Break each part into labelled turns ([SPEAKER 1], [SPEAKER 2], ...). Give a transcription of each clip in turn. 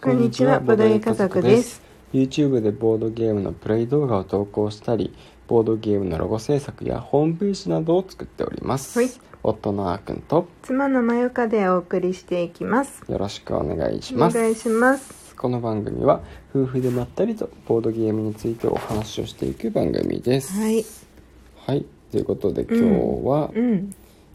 [SPEAKER 1] こんにちはボドゲ家族です
[SPEAKER 2] YouTube でボードゲームのプレイ動画を投稿したりボードゲームのロゴ制作やホームページなどを作っております、
[SPEAKER 1] はい
[SPEAKER 2] 夫のあーくんと
[SPEAKER 1] 妻のまゆかでお送りしていきます
[SPEAKER 2] よろしくお願いし
[SPEAKER 1] お
[SPEAKER 2] ます
[SPEAKER 1] 願いします
[SPEAKER 2] この番組は夫婦でまったりとボードゲームについてお話をしていく番組です
[SPEAKER 1] はい
[SPEAKER 2] はいということで今日は、
[SPEAKER 1] うん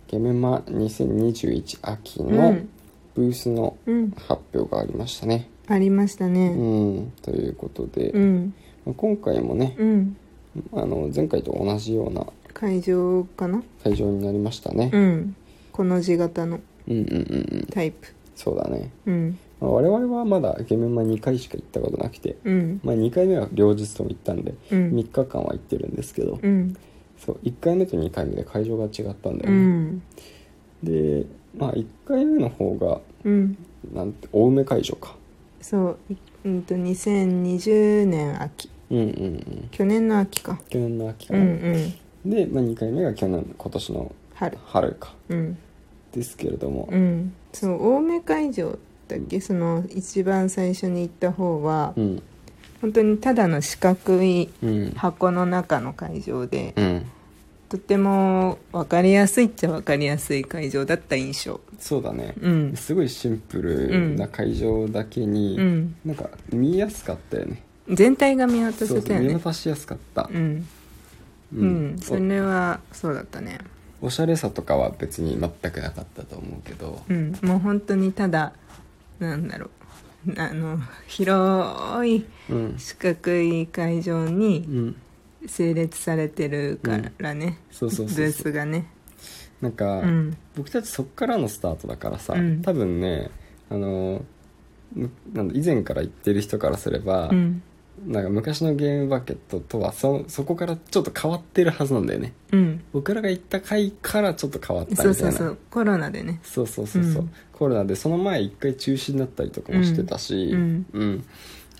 [SPEAKER 2] ゲメマ2021秋
[SPEAKER 1] う
[SPEAKER 2] の
[SPEAKER 1] ん
[SPEAKER 2] ブースの
[SPEAKER 1] うん
[SPEAKER 2] 発表がありましたね
[SPEAKER 1] ありました
[SPEAKER 2] う
[SPEAKER 1] ね
[SPEAKER 2] ん、ということで、
[SPEAKER 1] うん
[SPEAKER 2] まあ今回もね
[SPEAKER 1] う、ん
[SPEAKER 2] あの前回と同じような
[SPEAKER 1] 会場かな
[SPEAKER 2] 会場になりましたね
[SPEAKER 1] う、んこの字型の
[SPEAKER 2] うん、うんうんうん
[SPEAKER 1] タイプ
[SPEAKER 2] そうだね、
[SPEAKER 1] うん
[SPEAKER 2] まあ、我々はまだゲメマ2回しか行ったことなくて、
[SPEAKER 1] うん
[SPEAKER 2] まあ、2回目は両日とも行ったんで、
[SPEAKER 1] うん
[SPEAKER 2] 3日間は行ってるんですけど、
[SPEAKER 1] うん
[SPEAKER 2] そう1回目と2回目で会場が違ったんだよね、
[SPEAKER 1] うん
[SPEAKER 2] で、まあ、1回目の方が
[SPEAKER 1] うん
[SPEAKER 2] なんて青梅会場か
[SPEAKER 1] そういうんと2020年秋
[SPEAKER 2] うんうんうん
[SPEAKER 1] 去年の秋か
[SPEAKER 2] 去年の秋か
[SPEAKER 1] う
[SPEAKER 2] な、
[SPEAKER 1] んうん
[SPEAKER 2] で、まあ、2回目が去年今年の
[SPEAKER 1] 春
[SPEAKER 2] 春か
[SPEAKER 1] うん
[SPEAKER 2] ですけれども、
[SPEAKER 1] うんそう青梅会場だっけその一番最初に行った方は、
[SPEAKER 2] うん
[SPEAKER 1] 本当にただの四角い
[SPEAKER 2] うん
[SPEAKER 1] 箱の中の会場で
[SPEAKER 2] うん
[SPEAKER 1] とても分かりやすいっちゃ分かりやすい会場だった印象
[SPEAKER 2] そうだね、
[SPEAKER 1] うん
[SPEAKER 2] すごいシンプルな会場だけに、
[SPEAKER 1] うん
[SPEAKER 2] なんか見やすかったよね
[SPEAKER 1] 全体が見渡
[SPEAKER 2] そうそ
[SPEAKER 1] せた
[SPEAKER 2] う
[SPEAKER 1] よ
[SPEAKER 2] 見
[SPEAKER 1] ね
[SPEAKER 2] 渡しやすかった、
[SPEAKER 1] うん
[SPEAKER 2] う
[SPEAKER 1] うん、それはそうだったね
[SPEAKER 2] おおしゃれさとかは別に全くなかったと思うけど
[SPEAKER 1] うんもう本当にただなんだろうあの広い
[SPEAKER 2] うん
[SPEAKER 1] 四角い会場
[SPEAKER 2] う
[SPEAKER 1] に
[SPEAKER 2] ん
[SPEAKER 1] 整列されてるからね、
[SPEAKER 2] そうそうそうそう
[SPEAKER 1] ブースがね
[SPEAKER 2] なんか、
[SPEAKER 1] うん
[SPEAKER 2] 僕たちそっからのスタートだからさ、
[SPEAKER 1] うん
[SPEAKER 2] 多分ねあのむなんだ以前から言ってる人からすれば、
[SPEAKER 1] うん
[SPEAKER 2] なんか昔のゲームバケットとはそそこからちょっと変わってるはずなんだよね
[SPEAKER 1] うん
[SPEAKER 2] 僕らが行った回からちょっと変わったみたい
[SPEAKER 1] そう
[SPEAKER 2] な
[SPEAKER 1] そうそうコロナでね
[SPEAKER 2] そうそうそうそう
[SPEAKER 1] うん
[SPEAKER 2] コロナでその前一回中止になったりとかもしてたし、
[SPEAKER 1] うん
[SPEAKER 2] うん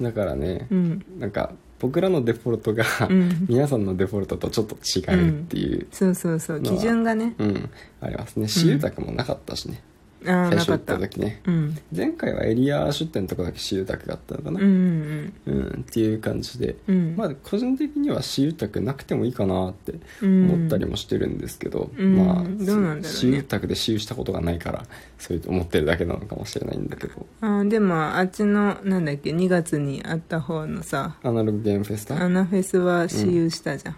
[SPEAKER 2] だからね
[SPEAKER 1] う、ん
[SPEAKER 2] なんか僕らのデフォルトが、
[SPEAKER 1] うん
[SPEAKER 2] 皆さんのデフォルトとちょっと違うっていう、
[SPEAKER 1] そうそうそう
[SPEAKER 2] のは
[SPEAKER 1] 基準がね
[SPEAKER 2] うんありますね私有宅もなかったしね、
[SPEAKER 1] あ
[SPEAKER 2] 最
[SPEAKER 1] あな
[SPEAKER 2] 初行
[SPEAKER 1] かっ
[SPEAKER 2] ったた
[SPEAKER 1] うん
[SPEAKER 2] 時ね
[SPEAKER 1] うん
[SPEAKER 2] 前回はエリア出店のとこだけ私有宅があったのか
[SPEAKER 1] うん
[SPEAKER 2] な、
[SPEAKER 1] うん
[SPEAKER 2] うんっていう感じで、
[SPEAKER 1] うん
[SPEAKER 2] まあ個人的には私有宅なくてもいいかなって
[SPEAKER 1] うん
[SPEAKER 2] 思ったりもしてるんですけど、
[SPEAKER 1] うん
[SPEAKER 2] まあ
[SPEAKER 1] うんどうなんだろうね
[SPEAKER 2] 私有宅で私有したことがないからそういう思ってるだけなのかもしれないんだけど
[SPEAKER 1] あーでもあっちのなんだっけ2月にあった方のさ
[SPEAKER 2] アナログゲームフェス
[SPEAKER 1] ア
[SPEAKER 2] タ
[SPEAKER 1] ナフェスは私有したじゃん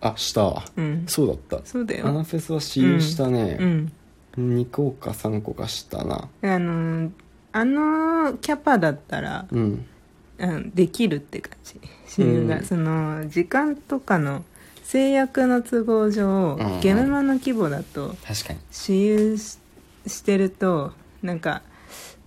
[SPEAKER 2] あした
[SPEAKER 1] うん
[SPEAKER 2] そうだった
[SPEAKER 1] そうだよ
[SPEAKER 2] アナフェスは私有した
[SPEAKER 1] う
[SPEAKER 2] ね、
[SPEAKER 1] ん
[SPEAKER 2] 2個か3個かしたな
[SPEAKER 1] あのーあのキャパだったら
[SPEAKER 2] うん
[SPEAKER 1] うんできるって感じ私有が、
[SPEAKER 2] うん
[SPEAKER 1] その時間とかの制約の都合上、
[SPEAKER 2] うん
[SPEAKER 1] ゲームマの規模だと
[SPEAKER 2] 確かに
[SPEAKER 1] 私有ししてるとなんか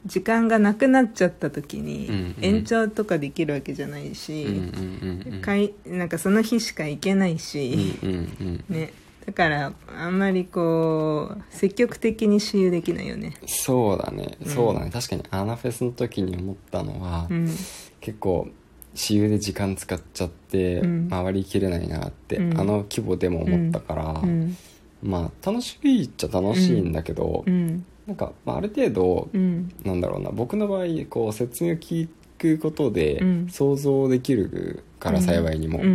[SPEAKER 1] 時間がなくなっちゃった時
[SPEAKER 2] うん
[SPEAKER 1] に
[SPEAKER 2] うん
[SPEAKER 1] 延長とかできるわけじゃないし、
[SPEAKER 2] うんうんうんうん
[SPEAKER 1] かいなんかその日しか行けないし、
[SPEAKER 2] うんうんうん
[SPEAKER 1] ねだからあんまりこう積極的に私有できないよね
[SPEAKER 2] そうだね、
[SPEAKER 1] うん
[SPEAKER 2] そうだね確かにアナフェスの時に思ったのは、
[SPEAKER 1] うん
[SPEAKER 2] 結構私有で時間使っちゃって
[SPEAKER 1] うん
[SPEAKER 2] 回りきれないなって、
[SPEAKER 1] うん
[SPEAKER 2] あの規模でも思ったから、
[SPEAKER 1] うん
[SPEAKER 2] まあ楽しいっちゃ楽しいんだけど、
[SPEAKER 1] うん
[SPEAKER 2] なんか、まあ、ある程度、
[SPEAKER 1] うん
[SPEAKER 2] なんだろうな僕の場合こう説明を聞くことで
[SPEAKER 1] うん
[SPEAKER 2] 想像できるから、幸いにも、
[SPEAKER 1] うんうんう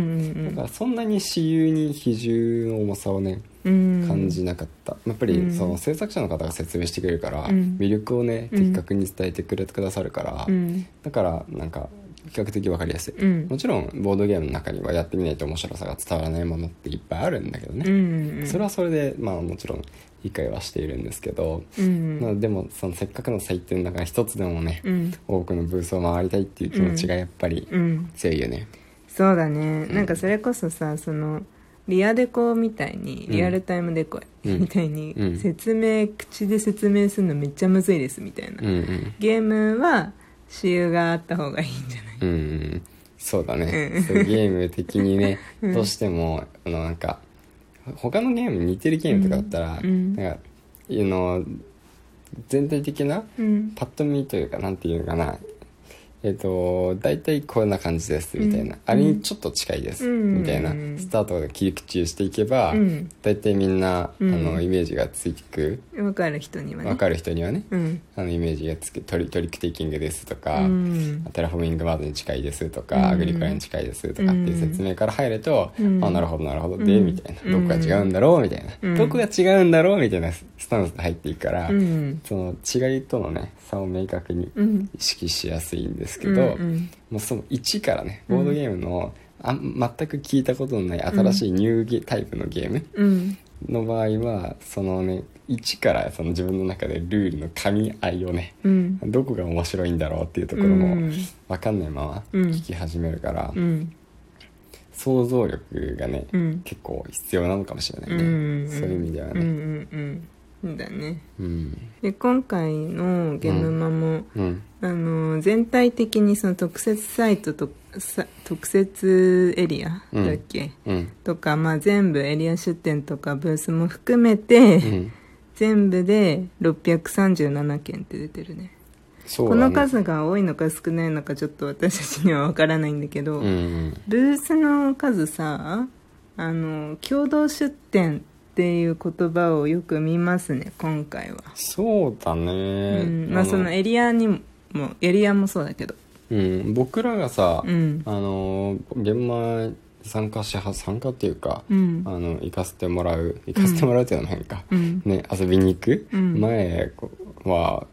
[SPEAKER 2] だ
[SPEAKER 1] ん
[SPEAKER 2] からそんなに私有に比重の重さをね
[SPEAKER 1] うん
[SPEAKER 2] 感じなかった、やっぱ
[SPEAKER 1] う
[SPEAKER 2] り
[SPEAKER 1] ん
[SPEAKER 2] その制作者の方が説明してくれるから、
[SPEAKER 1] うん
[SPEAKER 2] 魅力をね
[SPEAKER 1] うん
[SPEAKER 2] 的確に伝えてくれてくださるから、
[SPEAKER 1] うん
[SPEAKER 2] だからなんか比較的わかりやすい、
[SPEAKER 1] うん
[SPEAKER 2] もちろんボードゲームの中にはやってみないと面白さが伝わらないものっていっぱいあるんだけど
[SPEAKER 1] うん
[SPEAKER 2] ね、
[SPEAKER 1] うんうん
[SPEAKER 2] それはそれでまあもちろん理解はしているんですけど、
[SPEAKER 1] うん
[SPEAKER 2] まあ、でもそのせっかくの祭典の中一つでもね、
[SPEAKER 1] うん
[SPEAKER 2] 多くのブースを回りたいっていう気持ちがやっぱり
[SPEAKER 1] うん
[SPEAKER 2] 強いよね、
[SPEAKER 1] そうだね、
[SPEAKER 2] うん
[SPEAKER 1] なんかそれこそさそのリアデコみたいに
[SPEAKER 2] うん
[SPEAKER 1] リアルタイムデコ
[SPEAKER 2] うん
[SPEAKER 1] みたいに、
[SPEAKER 2] うん
[SPEAKER 1] 説明口で説明するのめっちゃむずいですみたいな、
[SPEAKER 2] うん、うん
[SPEAKER 1] ゲームは私有があった方がいいんじゃない
[SPEAKER 2] うんうんそうだね、
[SPEAKER 1] うん
[SPEAKER 2] そうゲーム的にね、
[SPEAKER 1] うん
[SPEAKER 2] どうしてもあのなんか他のゲームに似てるゲームとかだったら、
[SPEAKER 1] うん
[SPEAKER 2] なんかあの全体的な
[SPEAKER 1] うん
[SPEAKER 2] パッと見というかなんていうのかなえっと大体こんな感じですみたいな、
[SPEAKER 1] うん
[SPEAKER 2] あれにちょっと近いです、
[SPEAKER 1] うん
[SPEAKER 2] みたいな
[SPEAKER 1] うん
[SPEAKER 2] スタートが切り口していけば、
[SPEAKER 1] うん
[SPEAKER 2] 大体みんな、
[SPEAKER 1] うん
[SPEAKER 2] あのイメージがついてく
[SPEAKER 1] 分かる人にはね
[SPEAKER 2] 分かる人にはね、
[SPEAKER 1] うん
[SPEAKER 2] あのイメージがつくトリトリックテイキングですとか、
[SPEAKER 1] うん
[SPEAKER 2] テラフォーミングバードに近いですとか、
[SPEAKER 1] うん
[SPEAKER 2] アグリコラに近いですとかっていう説明から入ると、
[SPEAKER 1] うん
[SPEAKER 2] あなるほどなるほど
[SPEAKER 1] うん
[SPEAKER 2] で、みたいなどこが違うんだろうみたいな、
[SPEAKER 1] うん
[SPEAKER 2] どこが違うんだろうみたいなスタンスで入っていくから、
[SPEAKER 1] うん
[SPEAKER 2] その違いとのね差を明確に
[SPEAKER 1] うん
[SPEAKER 2] 意識しやすいんですけど、
[SPEAKER 1] うん
[SPEAKER 2] もうその1からね
[SPEAKER 1] うん
[SPEAKER 2] ボードゲームの、あん全く聞いたことのない新しいニューゲタイプのゲーム
[SPEAKER 1] うん
[SPEAKER 2] の場合はそのね1からその自分の中でルールの噛み合いをね
[SPEAKER 1] うん
[SPEAKER 2] どこが面白いんだろうっていうところ
[SPEAKER 1] う
[SPEAKER 2] も
[SPEAKER 1] ん
[SPEAKER 2] 分かんないまま
[SPEAKER 1] うん
[SPEAKER 2] 聞き始めるから、
[SPEAKER 1] うん
[SPEAKER 2] 想像力がね、
[SPEAKER 1] うん
[SPEAKER 2] 結構必要なのかもしれないね、
[SPEAKER 1] うん
[SPEAKER 2] そういう意味では
[SPEAKER 1] うん
[SPEAKER 2] ね
[SPEAKER 1] うんうんだね
[SPEAKER 2] うん
[SPEAKER 1] で今回のゲームマも、
[SPEAKER 2] うん
[SPEAKER 1] あの全体的にその特設サイトとさ特設エリアだっけ、
[SPEAKER 2] うん
[SPEAKER 1] とか、まあ、全部エリア出店とかブースも含めて、
[SPEAKER 2] うん
[SPEAKER 1] 全部で637件って出てるね
[SPEAKER 2] そう
[SPEAKER 1] こ
[SPEAKER 2] だね
[SPEAKER 1] の数が多いのか少ないのかちょっと私たちには分からないんだけど、
[SPEAKER 2] うん
[SPEAKER 1] ブースの数さあの共同出店っていう言葉をよく見ますね今回は、
[SPEAKER 2] そうだね、
[SPEAKER 1] うんまあそのエリアにももエリアもそうだけど
[SPEAKER 2] うん、僕らがさ、
[SPEAKER 1] うん
[SPEAKER 2] あのー現場参加しは参加っていうか、
[SPEAKER 1] うん
[SPEAKER 2] あの行かせてもらう行かせてもらうっていうのも変か、
[SPEAKER 1] うん
[SPEAKER 2] ね遊びに行く
[SPEAKER 1] うん
[SPEAKER 2] 前は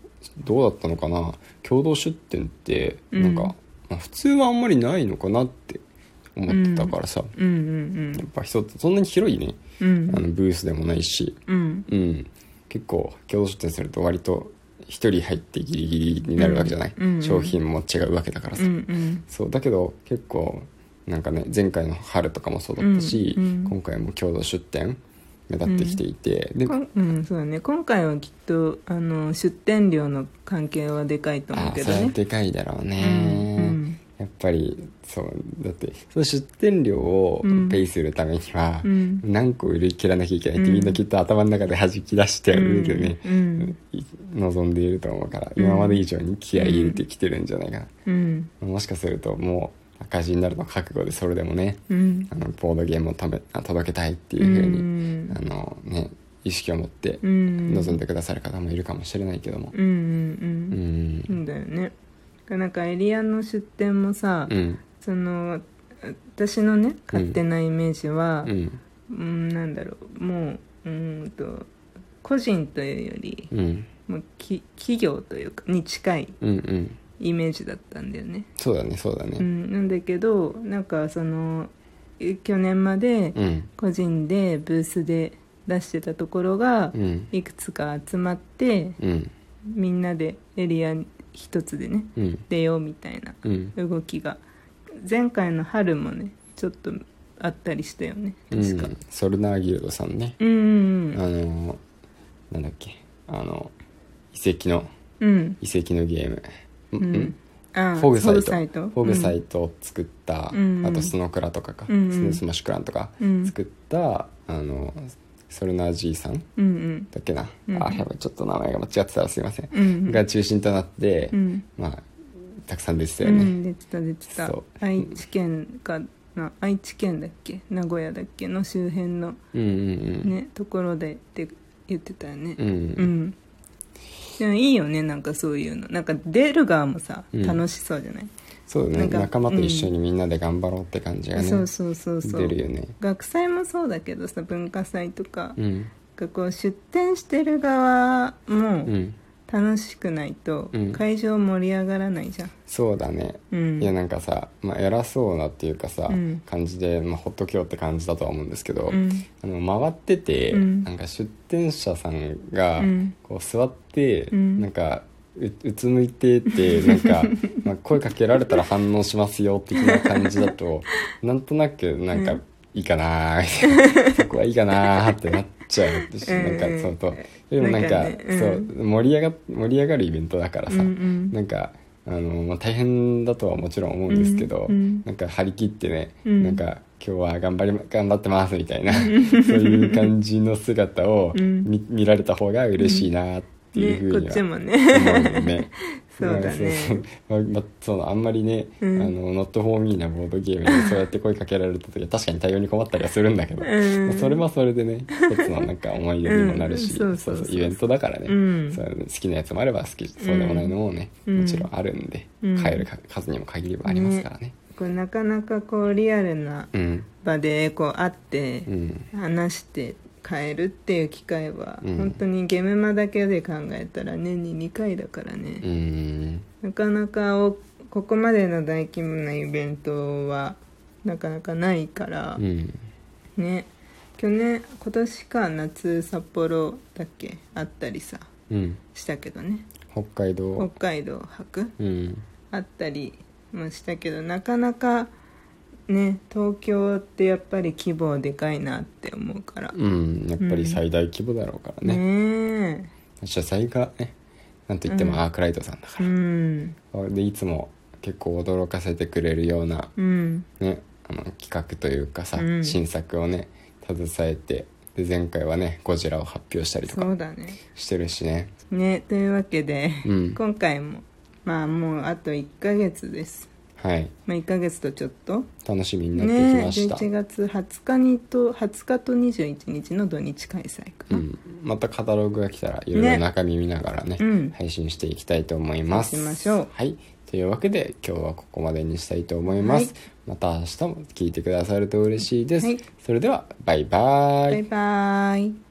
[SPEAKER 2] どうだったのかな共同出店ってなんか、
[SPEAKER 1] うん
[SPEAKER 2] まあ普通はあんまりないのかなって思ってたからさ、
[SPEAKER 1] うん
[SPEAKER 2] やっぱ人ってそんなに広いね、
[SPEAKER 1] うんうん
[SPEAKER 2] あのブースでもないし、
[SPEAKER 1] うん
[SPEAKER 2] うん、結構共同出店すると割と一人入ってギリギリになるわけじゃない、
[SPEAKER 1] うんうん
[SPEAKER 2] 商品も違うわけだからさ、
[SPEAKER 1] うんうん
[SPEAKER 2] そうだけど結構なんかね前回の春とかもそうだったし、
[SPEAKER 1] うんうん
[SPEAKER 2] 今回も共同出店目立ってきていて、で
[SPEAKER 1] こんうんそうだね今回はきっとあの出店料の関係はでかいと思
[SPEAKER 2] あ
[SPEAKER 1] う
[SPEAKER 2] あ
[SPEAKER 1] け
[SPEAKER 2] そ
[SPEAKER 1] ど
[SPEAKER 2] れは
[SPEAKER 1] ね
[SPEAKER 2] でかいだろうね、
[SPEAKER 1] うん
[SPEAKER 2] やっぱりそうだってその出店料を
[SPEAKER 1] うん
[SPEAKER 2] ペイするためには、
[SPEAKER 1] うん
[SPEAKER 2] 何個売り切らなきゃいけないって、
[SPEAKER 1] うん
[SPEAKER 2] みんなきっと頭の中で弾き出してるでね、
[SPEAKER 1] うん
[SPEAKER 2] い望んでいると思うから、
[SPEAKER 1] うん
[SPEAKER 2] 今まで以上に気合い入れてきてるんじゃないかな、
[SPEAKER 1] うん
[SPEAKER 2] もしかするともう赤字になるの覚悟でそれでもね
[SPEAKER 1] うん
[SPEAKER 2] あのボードゲームをためあ届けたいって
[SPEAKER 1] う
[SPEAKER 2] いうふうに、
[SPEAKER 1] ん
[SPEAKER 2] あのね意識を持って
[SPEAKER 1] うん
[SPEAKER 2] 臨んでくださる方もいるかもしれないけども
[SPEAKER 1] うんうん
[SPEAKER 2] う
[SPEAKER 1] うんうんんだよねなんかエリアの出店もさ、
[SPEAKER 2] うん
[SPEAKER 1] その私のね勝手なイメージは
[SPEAKER 2] う、ん
[SPEAKER 1] うん、なんだろうもううーんと個人というより
[SPEAKER 2] うん
[SPEAKER 1] もうき企業というかに近い
[SPEAKER 2] うんうん
[SPEAKER 1] イメージだったんだよね、
[SPEAKER 2] そうだねそうだ
[SPEAKER 1] う
[SPEAKER 2] ね
[SPEAKER 1] ん、なんだけどなんかそのえ去年まで
[SPEAKER 2] うん
[SPEAKER 1] 個人でブースで出してたところが
[SPEAKER 2] うん
[SPEAKER 1] いくつか集まって
[SPEAKER 2] うん
[SPEAKER 1] みんなでエリア一つでね
[SPEAKER 2] うん
[SPEAKER 1] 出ようみたいな
[SPEAKER 2] うん
[SPEAKER 1] 動きが前回の春もねちょっとあったりしたよね
[SPEAKER 2] う
[SPEAKER 1] 確か、
[SPEAKER 2] んソルナーギルドさんね
[SPEAKER 1] うんうん
[SPEAKER 2] あのなんだっけあの遺跡の
[SPEAKER 1] うん
[SPEAKER 2] 遺跡のゲーム
[SPEAKER 1] うん
[SPEAKER 2] うん
[SPEAKER 1] あ
[SPEAKER 2] フォグサイト
[SPEAKER 1] ト
[SPEAKER 2] フォグサイトを作った、
[SPEAKER 1] うん
[SPEAKER 2] あとスノクラとかか、
[SPEAKER 1] うん
[SPEAKER 2] スノースマッシュクランとか
[SPEAKER 1] うん
[SPEAKER 2] 作った、あのソルナージーさん
[SPEAKER 1] うん
[SPEAKER 2] だっけな、
[SPEAKER 1] うん
[SPEAKER 2] あやばいちょっと名前が間違ってたらすいません、
[SPEAKER 1] うんうん
[SPEAKER 2] が中心となって、
[SPEAKER 1] うん
[SPEAKER 2] まあたくさん出てた
[SPEAKER 1] う
[SPEAKER 2] よね、
[SPEAKER 1] ん出てた出てた
[SPEAKER 2] そう
[SPEAKER 1] 愛知県かな愛知県だっけ名古屋だっけの周辺の
[SPEAKER 2] うん、うん
[SPEAKER 1] ねところでって言ってたよね
[SPEAKER 2] うんうん
[SPEAKER 1] うん、でもいいよねなんかそういうのなんか出る側もさ、
[SPEAKER 2] うん
[SPEAKER 1] 楽しそうじゃない、
[SPEAKER 2] そうだ
[SPEAKER 1] な
[SPEAKER 2] ね
[SPEAKER 1] んか
[SPEAKER 2] 仲間と一緒にみんなで頑張ろうって感じがね、
[SPEAKER 1] そうそうそうそう
[SPEAKER 2] 出るよね
[SPEAKER 1] 学祭もそうだけどさ文化祭とか、
[SPEAKER 2] うん
[SPEAKER 1] がこう出展してる側も
[SPEAKER 2] うん
[SPEAKER 1] 楽しくないと
[SPEAKER 2] うん
[SPEAKER 1] 会場盛り上がらないじゃん、
[SPEAKER 2] そうだね
[SPEAKER 1] うん、
[SPEAKER 2] いやなんかさ、まあ、偉そうなっていうかさ、
[SPEAKER 1] うん
[SPEAKER 2] 感じで、まあ、ほっとけよって感じだとは思うんですけど、
[SPEAKER 1] うん
[SPEAKER 2] あの回ってて、
[SPEAKER 1] うん
[SPEAKER 2] なんか出店者さんが
[SPEAKER 1] うん
[SPEAKER 2] こう座って、
[SPEAKER 1] ん
[SPEAKER 2] なんかううつむいて てなんか、まあ、声かけられたら反応しますよ的な感じだ となんとなくなんか、いいかなーみたい なそこはいいかなーってなっちゃうし、
[SPEAKER 1] うん
[SPEAKER 2] なんかそうとでもなんか
[SPEAKER 1] なんかねうん
[SPEAKER 2] そう盛り上が盛り上がるイベントだからさ、
[SPEAKER 1] うんうん
[SPEAKER 2] なんかあの、まあ、大変だとはもちろん思うんですけど、
[SPEAKER 1] うんうん
[SPEAKER 2] なんか張り切ってね、
[SPEAKER 1] うん
[SPEAKER 2] なんか今日は頑張りま頑張ってますみたいなそういう感じの姿を
[SPEAKER 1] うん
[SPEAKER 2] 見,、見られた方が嬉しいなっていうふうに
[SPEAKER 1] ねこっ
[SPEAKER 2] は
[SPEAKER 1] ち
[SPEAKER 2] 思
[SPEAKER 1] もね
[SPEAKER 2] うよね。
[SPEAKER 1] そうだね
[SPEAKER 2] そうそうまあそのあんまりね、
[SPEAKER 1] うん
[SPEAKER 2] あのノットフォーミーなボードゲームにそうやって声かけられた時は確かに対応に困ったりはするんだけど、
[SPEAKER 1] うん
[SPEAKER 2] まあそれはそれでね一つのなんか思い出にもなるし、
[SPEAKER 1] うんそうそうそう
[SPEAKER 2] イベントだからね、
[SPEAKER 1] うん
[SPEAKER 2] そう好きなやつもあれば好きそうでもないのもね、
[SPEAKER 1] うん
[SPEAKER 2] もちろんあるんで、
[SPEAKER 1] うん
[SPEAKER 2] 買えるか数にも限りはありますからね。
[SPEAKER 1] こうなかなかこうリアルな
[SPEAKER 2] うん
[SPEAKER 1] 場でこう会って
[SPEAKER 2] うん
[SPEAKER 1] 話して変えるっていう機会は、
[SPEAKER 2] うん
[SPEAKER 1] 本当にゲムマだけで考えたら年に2回だから
[SPEAKER 2] う
[SPEAKER 1] ね、
[SPEAKER 2] ん
[SPEAKER 1] なかなかおここまでの大規模なイベントはなかなかないから、
[SPEAKER 2] うん
[SPEAKER 1] ね去年今年か夏札幌だっけあったりさ
[SPEAKER 2] うん
[SPEAKER 1] したけどね
[SPEAKER 2] 北海
[SPEAKER 1] 北
[SPEAKER 2] 道
[SPEAKER 1] 海道博
[SPEAKER 2] うん
[SPEAKER 1] あったりもしたけどなかなかね東京ってやっぱり規模でかいなって思うから
[SPEAKER 2] うんやっぱり最大規模だろうからね、
[SPEAKER 1] ね
[SPEAKER 2] 主催がねなんといって
[SPEAKER 1] う
[SPEAKER 2] も
[SPEAKER 1] ん
[SPEAKER 2] アークライトさんだか
[SPEAKER 1] えう
[SPEAKER 2] ら、
[SPEAKER 1] ん
[SPEAKER 2] でいつも結構驚かせてくれるような、
[SPEAKER 1] うん
[SPEAKER 2] ね、あの企画というかさ、
[SPEAKER 1] うん
[SPEAKER 2] 新作をね携えてで前回はねゴジラを発表したりと
[SPEAKER 1] そ
[SPEAKER 2] か
[SPEAKER 1] うだね
[SPEAKER 2] してるしね
[SPEAKER 1] ねというわけで、
[SPEAKER 2] うん
[SPEAKER 1] 今回もまあもうあと1ヶ月です、
[SPEAKER 2] はい
[SPEAKER 1] まあ、1ヶ月とちょっと
[SPEAKER 2] 楽しみになってき
[SPEAKER 1] ね
[SPEAKER 2] ました、
[SPEAKER 1] 11月20日にと20日と21日の土日開催か
[SPEAKER 2] う
[SPEAKER 1] な、
[SPEAKER 2] ん、またカタログが来たらいろいろ中身見ながらね
[SPEAKER 1] うん
[SPEAKER 2] 配信していきたいと思います
[SPEAKER 1] そうしましょう
[SPEAKER 2] はいというわけで今日はここまでにしたいと思います、
[SPEAKER 1] はい
[SPEAKER 2] また明日も聞いてくださると嬉しいです、
[SPEAKER 1] はい
[SPEAKER 2] それではバイバイ
[SPEAKER 1] バイバーイ